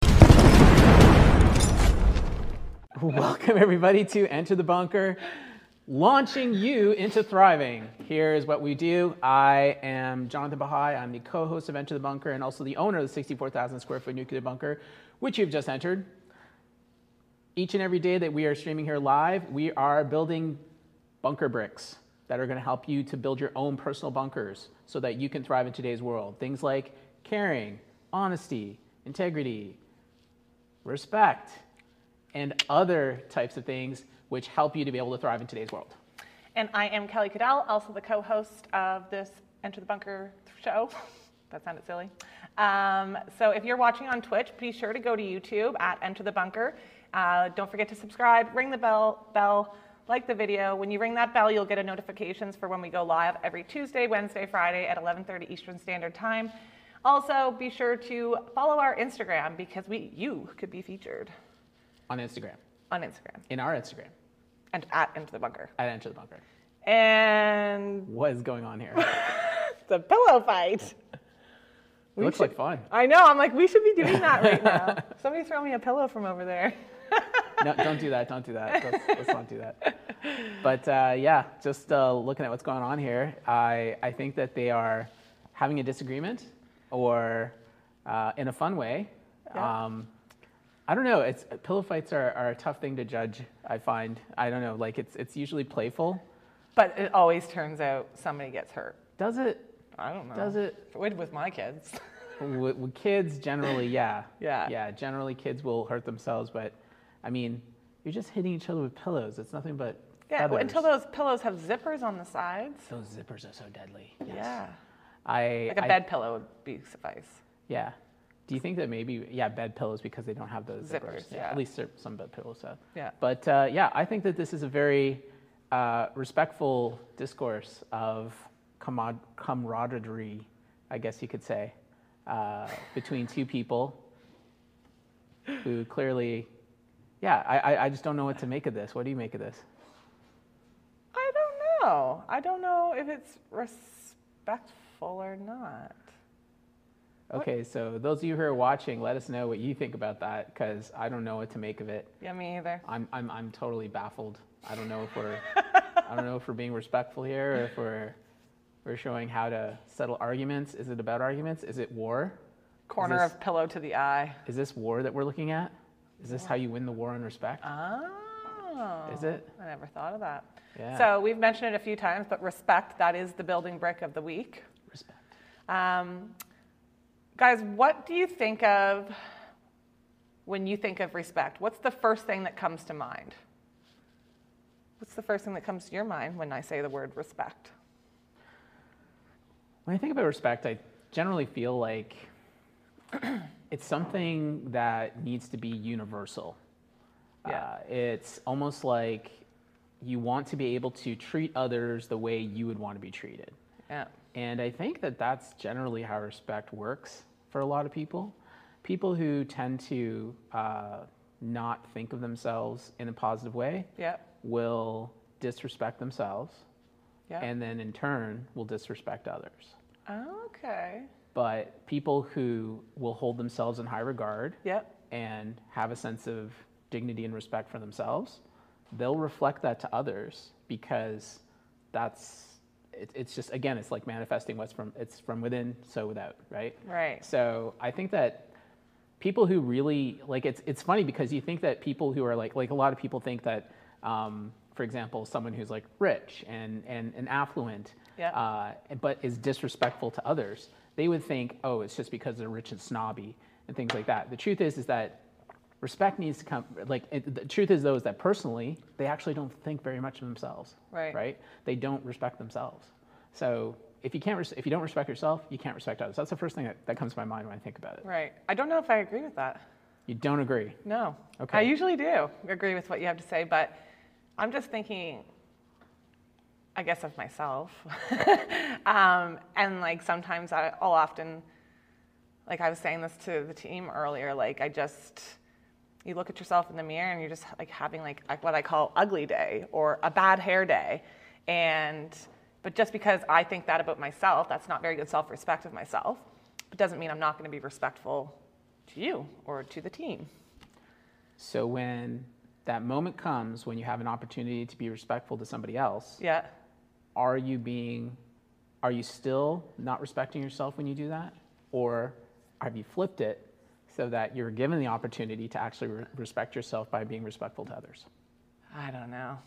Welcome, everybody, to Enter the Bunker, launching you into thriving. Here is what we do. I am Jonathan Bahai. I'm the co host of Enter the Bunker and also the owner of the 64,000 square foot nuclear bunker, which you've just entered. Each and every day that we are streaming here live, we are building bunker bricks that are going to help you to build your own personal bunkers so that you can thrive in today's world. Things like caring, honesty, integrity, respect, and other types of things which help you to be able to thrive in today's world. And I am Kelly Cadell, also the co-host of this Enter the Bunker show. that sounded silly. Um, so if you're watching on Twitch, be sure to go to YouTube at Enter the Bunker. Uh, don't forget to subscribe, ring the bell, bell, like the video. When you ring that bell, you'll get a notifications for when we go live every Tuesday, Wednesday, Friday at 11:30 Eastern Standard Time. Also, be sure to follow our Instagram because we you could be featured On Instagram, on Instagram in our Instagram, and at Into the Bunker. at Enter the Bunker. And What is going on here? the pillow fight. It looks like fun. I know. I'm like, we should be doing that right now. Somebody throw me a pillow from over there. No, don't do that. Don't do that. Let's, let's not do that. But uh, yeah, just uh, looking at what's going on here, I, I think that they are having a disagreement or uh, in a fun way. Yeah. Um, I don't know. It's pillow fights are, are a tough thing to judge. I find. I don't know. Like it's it's usually playful. But it always turns out somebody gets hurt. Does it? I don't know. Does it? With, with my kids. with, with kids generally yeah Yeah. yeah generally kids will hurt themselves but i mean you're just hitting each other with pillows it's nothing but Yeah, feathers. until those pillows have zippers on the sides. those zippers are so deadly Yeah. i Like a I- bed pillow would be suffice. yeah do you think that maybe yeah bed pillows because they don't have those zippers, Zippers, yeah. at least there- some bed pillows have Yeah. but uh, yeah i think that this is a very uh, respectful discourse of camad- camaraderie i guess you could say uh, between two people who clearly, yeah, I, I, I just don't know what to make of this. What do you make of this? I don't know. I don't know if it's respectful or not. Okay, so those of you who are watching, let us know what you think about that because I don't know what to make of it. Yeah, me either. I'm, I'm, I'm totally baffled. I don't know if we're, I don't know if we're being respectful here or if we're, we're showing how to settle arguments. Is it about arguments? Is it war? Corner this- of pillow to the eye. Is this war that we're looking at? Is this how you win the war on respect? Uh, Oh. Ah. Is it? I never thought of that. Yeah. So we've mentioned it a few times, but respect, that is the building brick of the week. Respect. Um, guys, what do you think of when you think of respect? What's the first thing that comes to mind? What's the first thing that comes to your mind when I say the word respect? When I think about respect, I generally feel like it's something that needs to be universal. Yeah. Uh, it's almost like you want to be able to treat others the way you would want to be treated. Yeah. And I think that that's generally how respect works for a lot of people. People who tend to uh, not think of themselves in a positive way Yeah. will disrespect themselves Yeah. and then in turn will disrespect others okay. but people who will hold themselves in high regard Yep. and have a sense of dignity and respect for themselves, they'll reflect that to others because that's it, it's just again it's like manifesting what's from it's from within so without right Right. so I think that people who really like it's it's funny because you think that people who are like like a lot of people think that um, for example someone who's like rich and and, and affluent Yeah. uh, but is disrespectful to others they would think oh it's just because they're rich and snobby and things like that the truth is is that respect needs to come like it, the truth is though is that personally they actually don't think very much of themselves Right. right they don't respect themselves so if you can't res- if you don't respect yourself you can't respect others that's the first thing that, that comes to my mind when i think about it Right. I don't know if I agree with that. you don't agree No. Okay. I usually do agree with what you have to say, but I'm just thinking, I guess, of myself. um, and like sometimes I, I'll often, like I was saying this to the team earlier, like I just, you look at yourself in the mirror and you're just like having like like what I call ugly day or a bad hair day. And, but just because I think that about myself, that's not very good self respect of myself. It doesn't mean I'm not going to be respectful to you or to the team. so when that moment comes when you have an opportunity to be respectful to somebody else. Yeah. Are you being, are you still not respecting yourself when you do that? Or have you flipped it so that you're given the opportunity to actually re- respect yourself by being respectful to others? I don't know.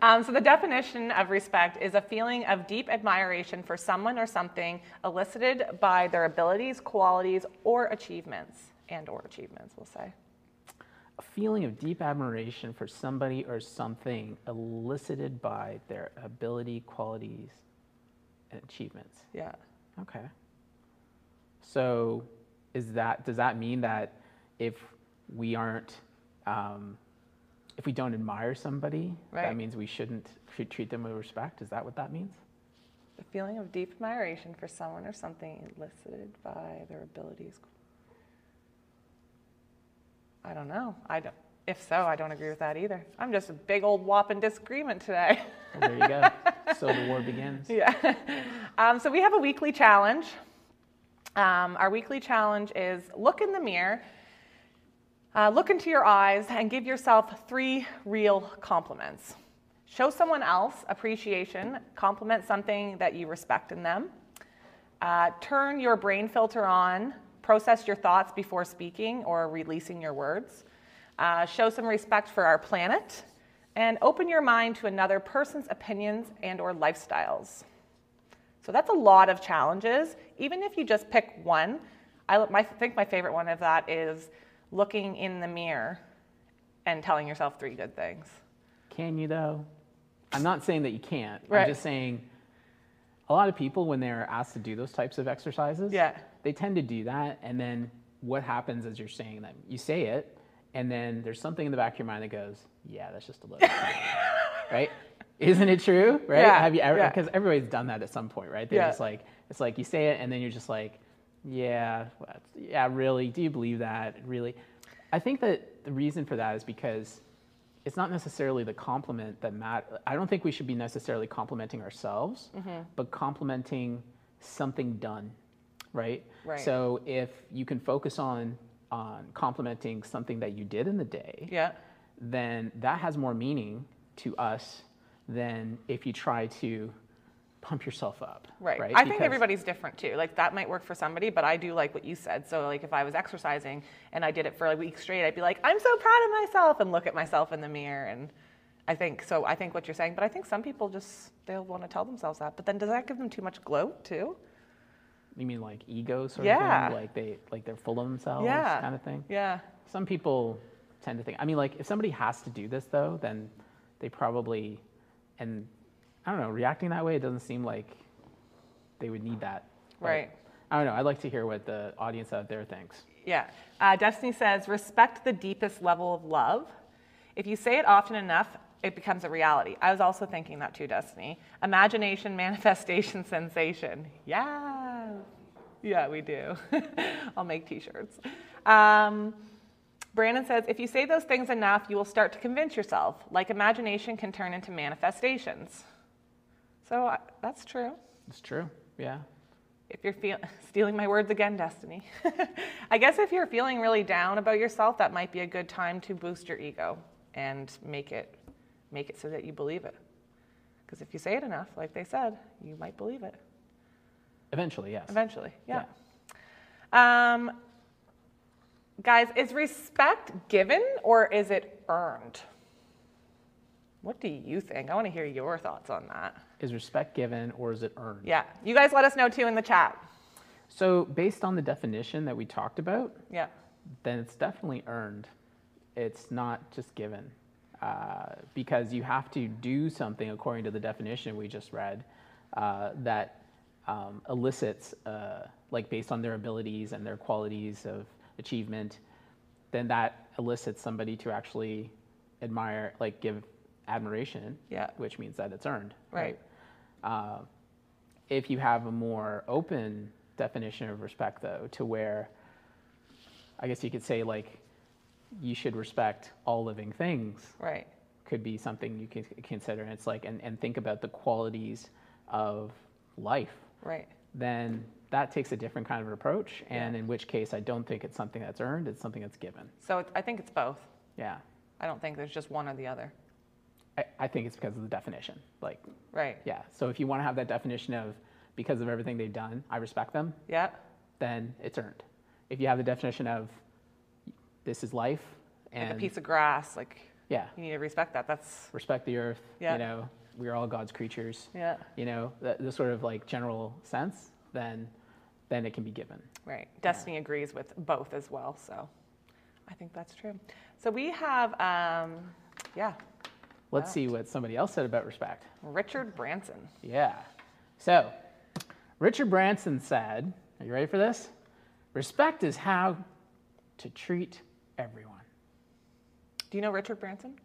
um, so, the definition of respect is a feeling of deep admiration for someone or something elicited by their abilities, qualities, or achievements, and or achievements, we'll say. A feeling of deep admiration for somebody or something elicited by their ability, qualities, and achievements. Yeah. Okay. So, is that does that mean that if we aren't, um, if we don't admire somebody, that Right. means we shouldn't tr- treat them with respect? Is that what that means? The feeling of deep admiration for someone or something elicited by their abilities. I don't know. I don't. If so, I don't agree with that either. I'm just a big old whop in disagreement today. Well, there you go. so the war begins. Yeah. Um, so we have a weekly challenge. Um, our weekly challenge is look in the mirror, uh, look into your eyes, and give yourself three real compliments. Show someone else appreciation, compliment something that you respect in them. Uh, turn your brain filter on, process your thoughts before speaking or releasing your words. Uh, show some respect for our planet and open your mind to another person's opinions and or lifestyles. So that's a lot of challenges. Even if you just pick one, I my, think my favorite one of that is looking in the mirror and telling yourself three good things. Can you though? I'm not saying that you can't. Right. I'm just saying a lot of people when they're asked to do those types of exercises, Yeah. they tend to do that and then what happens is you're saying that you say it and then there's something in the back of your mind that goes, Yeah, that's just a load. of crap." right? Isn't it true? Right? Yeah, Have you ever yeah. because everybody's done that at some point, right? They're Yeah. just like it's like you say it and then you're just like, Yeah, what- yeah, really, do you believe that? Really? I think that the reason for that is because it's not necessarily the compliment that mat I don't think we should be necessarily complimenting ourselves, Mm-hmm. but complimenting something done, right? Right. So if you can focus on on complimenting something that you did in the day, Yeah. then that has more meaning to us than if you try to pump yourself up. Right. I think Because- everybody's different too. Like that might work for somebody, but I do like what you said. So like if I was exercising and I did it for a week straight, I'd be like, I'm so proud of myself and look at myself in the mirror and I think so I think what you're saying, but I think some people just they'll want to tell themselves that. But then does that give them too much gloat too? You mean like ego sort Yeah. of thing? Like they like they're full of themselves Yeah. kind of thing? Yeah. Some people tend to think. I mean, like if somebody has to do this though, then they probably, and I don't know, reacting that way, it doesn't seem like they would need that. But Right. I don't know. I'd like to hear what the audience out there thinks. Yeah. Uh, Destiny says, respect the deepest level of love. If you say it often enough, it becomes a reality. I was also thinking that too, Destiny. Imagination, manifestation, sensation. Yeah. Yeah, we do. I'll make t shirts. Um, Brandon says, if you say those things enough, you will start to convince yourself, like imagination can turn into manifestations. So I that's true. It's true. Yeah. If you're feel- stealing my words again, Destiny. I guess if you're feeling really down about yourself, that might be a good time to boost your ego and make it make it so that you believe it. Because if you say it enough, like they said, you might believe it Eventually, yes. eventually. Yeah. Yeah. Um, guys, is respect given or is it earned? What do you think? I want to hear your thoughts on that. Is respect given or is it earned? Yeah, you guys let us know too in the chat. So based on the definition that we talked about, Yeah. then it's definitely earned. It's not just given. Uh, because you have to do something, according to the definition we just read, uh, that um, elicits, uh, like based on their abilities and their qualities of achievement, then that elicits somebody to actually admire, like give admiration, Yeah. which means that it's earned. Right. Uh, if you have a more open definition of respect, though, to where I guess you could say like you should respect all living things Right. could be something you can consider and it's like and, and think about the qualities of life Right. then that takes a different kind of approach. And in which case, I don't think it's something that's earned, it's something that's given. So it, I think it's both. Yeah. I don't think there's just one or the other. I, I think it's because of the definition. Like, Right. yeah. So if you want to have that definition of because of everything they've done, I respect them, Yeah. then it's earned. If you have the definition of this is life and Like a piece of grass. Like yeah, you need to respect that. That's respect the earth, Yeah. you know, we are all God's creatures, yeah. you know, that, the sort of like general sense, then then it can be given. Right. Destiny agrees with both as well. So I think that's true. So we have, um, yeah, Let's Wow. see what somebody else said about respect. Richard Branson. Yeah. So, Richard Branson said, Are you ready for this? Respect is how to treat everyone. Do you know Richard Branson?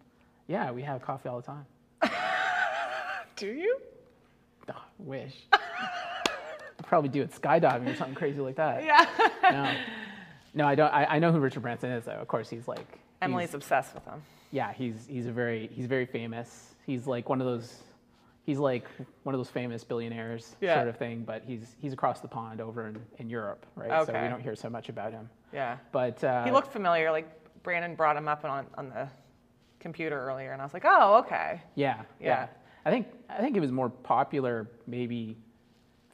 Yeah, we have coffee all the time. Do you? Ugh, wish. I probably do it skydiving or something crazy like that. Yeah. No, no I don't. I, I know who Richard Branson is, though. Of course, he's like. Emily's he's- obsessed with him. yeah, he's he's a very he's very famous. He's like one of those he's like one of those famous billionaires Yeah. sort of thing, but he's he's across the pond over in, in Europe, right? So we Okay. don't hear so much about him. Yeah. But uh, He looked familiar. Like Brandon brought him up on, on the computer earlier, and I was like, oh, okay. yeah, yeah, Yeah. I think I think it was more popular maybe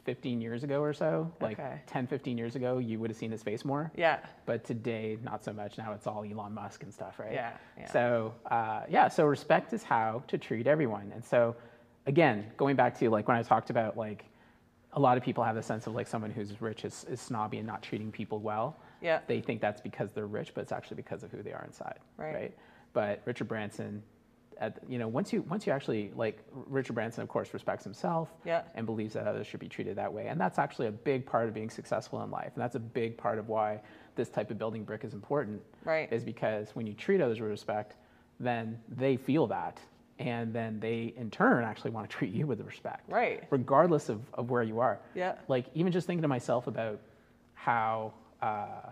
15 years ago or so. Like Okay. 10, 15 years ago, you would have seen his face more. Yeah. But today, not so much. Now it's all Elon Musk and stuff, right? Yeah, yeah. So uh, yeah, so respect is how to treat everyone. And so again, going back to like when I talked about like a lot of people have a sense of like someone who's rich is, is snobby and not treating people well. Yeah. They think that's because they're rich, but it's actually because of who they are inside. Right. But Richard Branson, at, you know, once you once you actually like R- Richard Branson, of course, respects himself Yeah. and believes that others should be treated that way. And that's actually a big part of being successful in life. And that's a big part of why this type of building brick is important. Right. Is because when you treat others with respect, then they feel that. And then they, in turn, actually want to treat you with respect. Right. Regardless of, of where you are. Yeah. Like, even just thinking to myself about how, uh,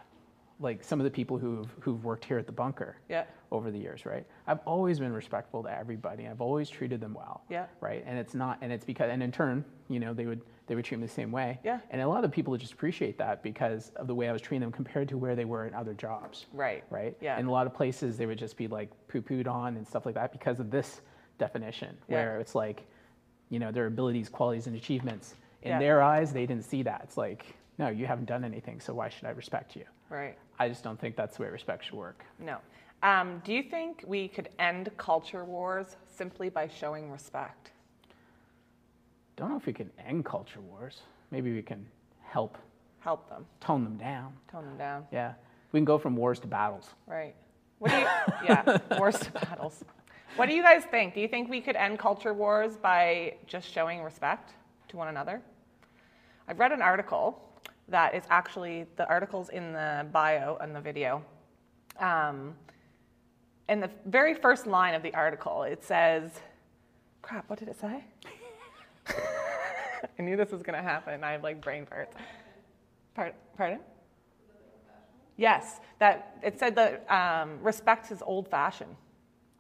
like, some of the people who've, who've worked here at the bunker Yeah. over the years, right? I've always been respectful to everybody. I've always treated them well. Yeah. Right. And it's not and it's because and in turn, you know, they would they would treat me the same way. Yeah. And a lot of people just appreciate that because of the way I was treating them compared to where they were in other jobs. Right. Right. Yeah. In a lot of places they would just be like poo pooed on and stuff like that because of this definition Yeah. where it's like, you know, their abilities, qualities and achievements. In Yeah. their eyes they didn't see that. It's like, no, you haven't done anything, so why should I respect you? Right. I just don't think that's the way respect should work. No. Um, do you think we could end culture wars simply by showing respect? don't know if we can end culture wars. Maybe we can help Help them, tone them down. tone them down. Yeah. We can go from wars to battles. Right. What do you? yeah. Wars to battles. What do you guys think? Do you think we could end culture wars by just showing respect to one another? I've read an article that is actually the articles in the bio and the video. Um, in the very first line of the article, it says, "Crap, what did it say?" I knew this was going to happen. I have like brain farts. Pardon? Pardon? Yes, that it said that um, respect is old-fashioned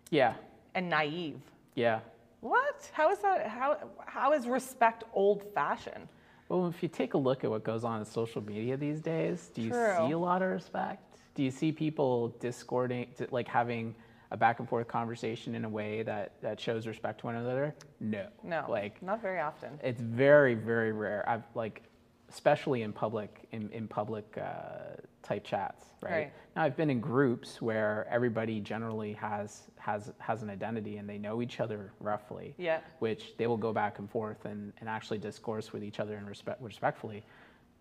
Yeah. and naive. Yeah. What? How is that? How how is respect old-fashioned? Well, if you take a look at what goes on in social media these days, do you True. see a lot of respect? Do you see people discording, t- like having a back and forth conversation in a way that, that shows respect to one another? No. No, Like, not very often. it's very very rare i've like especially in public in, in public uh, type chats right? Right. now i've been in groups where everybody generally has has has an identity and they know each other roughly Yeah. which they will go back and forth and, and actually discourse with each other and respect respectfully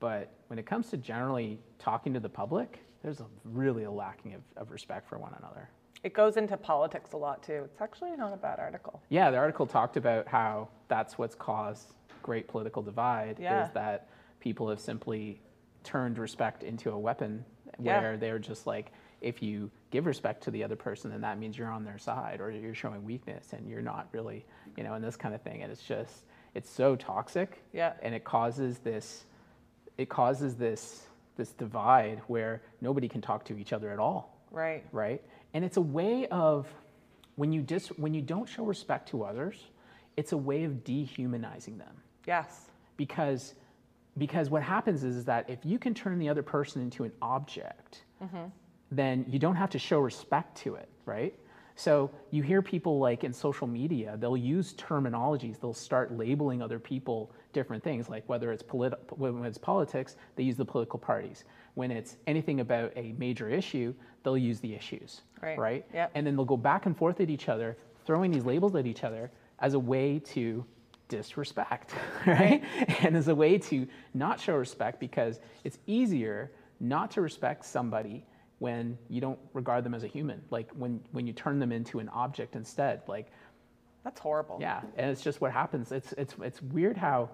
but when it comes to generally talking to the public there's a really a lacking of, of respect for one another It goes into politics a lot too. It's actually not a bad article. Yeah, the article talked about how that's what's caused great political divide Yeah. is that people have simply turned respect into a weapon Yeah. where they're just like if you give respect to the other person then that means you're on their side or you're showing weakness and you're not really, you know, and this kind of thing and it's just it's so toxic. Yeah. And it causes this it causes this this divide where nobody can talk to each other at all Right. right? And it's a way of when you dis when you don't show respect to others, it's a way of dehumanizing them Yes. because because what happens is, is that if you can turn the other person into an object, Mm-hmm. then you don't have to show respect to it, right? So you hear people like in social media, they'll use terminologies. They'll start labeling other people different things, like whether it's politi- when it's politics, they use the political parties. When it's anything about a major issue, they'll use the issues, Right. right? Yep. And then they'll go back and forth at each other, throwing these labels at each other as a way to disrespect, right? And as a way to not show respect because it's easier not to respect somebody when you don't regard them as a human, like when, when you turn them into an object instead. Like, That's horrible. yeah, and it's just what happens. It's, it's, it's weird how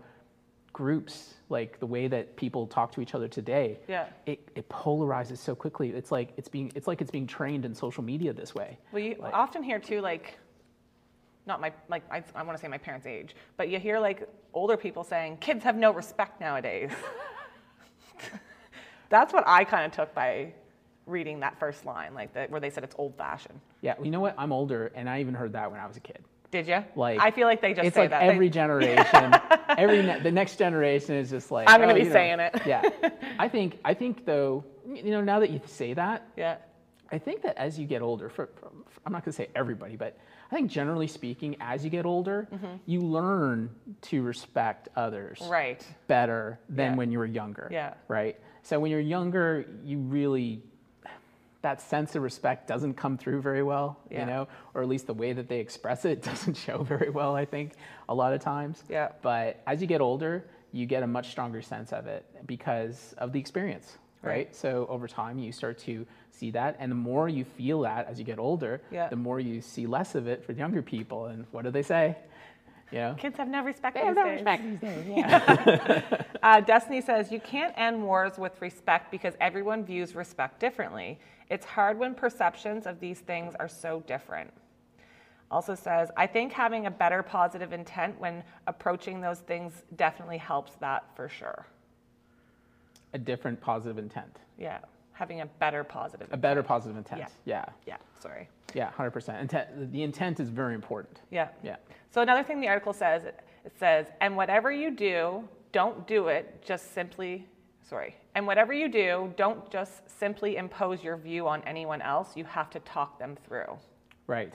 groups, like the way that people talk to each other today, Yeah. it, it polarizes so quickly. It's like it's being, it's like it's being trained in social media this way. Well, you often hear too, like, not my, like, I, I want to say my parents' age, but you hear like older people saying, kids have no respect nowadays. That's what I kind of took by reading that first line, like, the, where they said it's old fashioned. Yeah, you know what? I'm older, and I even heard that when I was a kid. Did you? Like I feel like they just it's say like that. They- every generation, every ne- the next generation is just like I'm gonna "Oh, be you know." saying it. yeah, I think I think though, you know, now that you say that, yeah. I think that as you get older, for, for, I'm not going to say everybody, but I think generally speaking, as you get older, Mm-hmm. you learn to respect others Right. better than Yeah. when you were younger. Yeah. Right. So when you're younger, you really that sense of respect doesn't come through very well, Yeah. you know, or at least the way that they express it doesn't show very well, I think, a lot of times. Yeah. But as you get older, you get a much stronger sense of it because of the experience, right? Right. So over time, you start to see that. And the more you feel that as you get older, Yeah. the more you see less of it for younger people. And what do they say? You know? Kids have no respect. They have these no days. respect these days, yeah. Uh, Destiny says, You can't end wars with respect because everyone views respect differently. It's hard when perceptions of these things are so different. Also says, I think having a better positive intent when approaching those things definitely helps that for sure. a different positive intent, Yeah, having a better positive. a better positive intent. Yeah. Yeah. yeah, sorry. Yeah, 100%. Intent, the intent is very important. Yeah. Yeah. So another thing the article says, it says, and whatever you do, don't do it just simply, sorry, and whatever you do, don't just simply impose your view on anyone else. You have to talk them through. Right.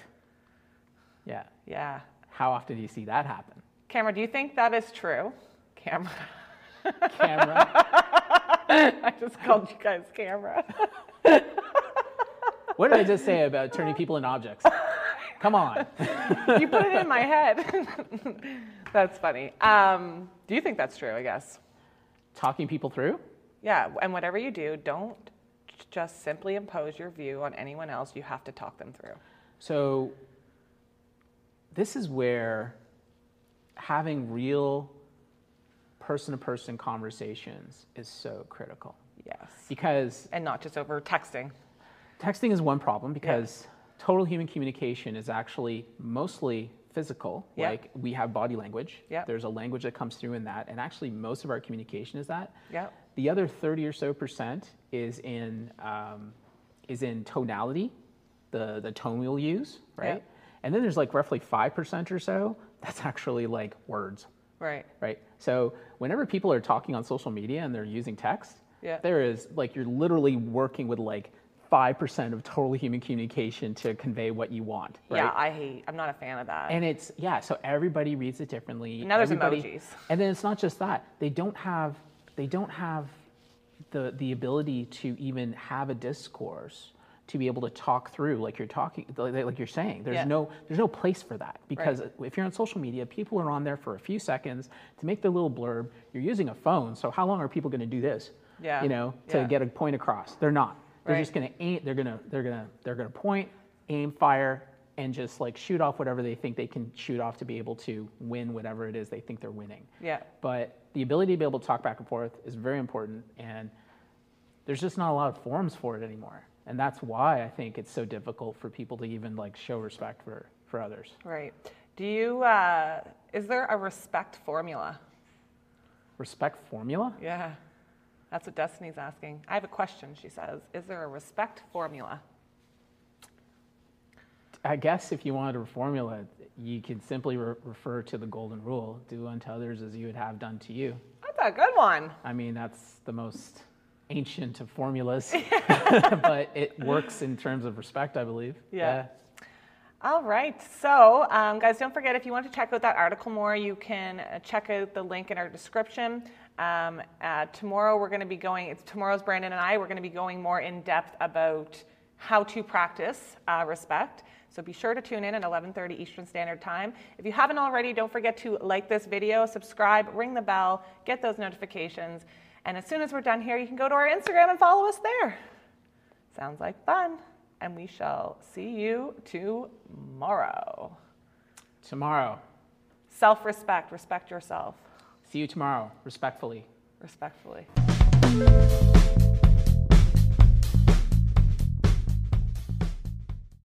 Yeah. Yeah. How often do you see that happen? Camera, do you think that is true? Camera. Camera. I just called you guys camera. what did I just say about turning people into objects? Come on. you put it in my head. that's funny. Um, do you think that's true, I guess? Talking people through? Yeah, and whatever you do, don't just simply impose your view on anyone else. You have to talk them through. So, this is where having real person to person conversations is so critical Yes. because And not just over texting. Texting is one problem because total human communication is actually mostly physical. Yeah. Like we have body language. Yeah. There's a language that comes through in that, and actually most of our communication is that. Yeah. The other thirty or so percent is in um, is in tonality, the the tone we'll use, Yeah. right? And then there's like roughly five percent or so that's actually like words Right. right? So whenever people are talking on social media and they're using text, Yeah. there is like you're literally working with like five percent of total human communication to convey what you want, right? Yeah, I hate. I'm not a fan of that. And it's yeah, so everybody reads it differently. And now there's everybody- emojis. And then it's not just that they don't have they don't have the the ability to even have a discourse to be able to talk through like you're talking like like you're saying. There's Yeah. no there's no place for that because if you're on social media, people are on there for a few seconds to make their little blurb. You're using a phone, so how long are people going to do this? Yeah. You know, to Yeah. get a point across. They're not. They're Right. just going to aim. They're going to they're going to they're going to point, aim, fire, and just like shoot off whatever they think they can shoot off to be able to win whatever it is they think they're winning. Yeah. But the ability to be able to talk back and forth is very important, and there's just not a lot of forums for it anymore. And that's why I think it's so difficult for people to even like show respect for for others. right. Do you? Uh, is there a respect formula? Respect formula? Yeah. That's what Destiny's asking. I have a question. She says, "Is there a respect formula?" I guess if you wanted a formula, you could simply re- refer to the golden rule: do unto others as you would have done to you. That's That's a good one. I mean, that's the most ancient of formulas, but it works in terms of respect, I believe. Yeah. All right. So, um, guys, don't forget if you want to check out that article more, you can uh, check out the link in our description. Um, uh, tomorrow, we're going to be going, it's tomorrow's Brandon and I, we're going to be going more in depth about how to practice uh, respect. So be sure to tune in at 11:30 Eastern Standard Time. If you haven't already, don't forget to like this video, subscribe, ring the bell, get those notifications, and as soon as we're done here, you can go to our Instagram and follow us there. Sounds like fun. And we shall see you tomorrow. Tomorrow. Self respect, respect yourself See you tomorrow, respectfully. respectfully.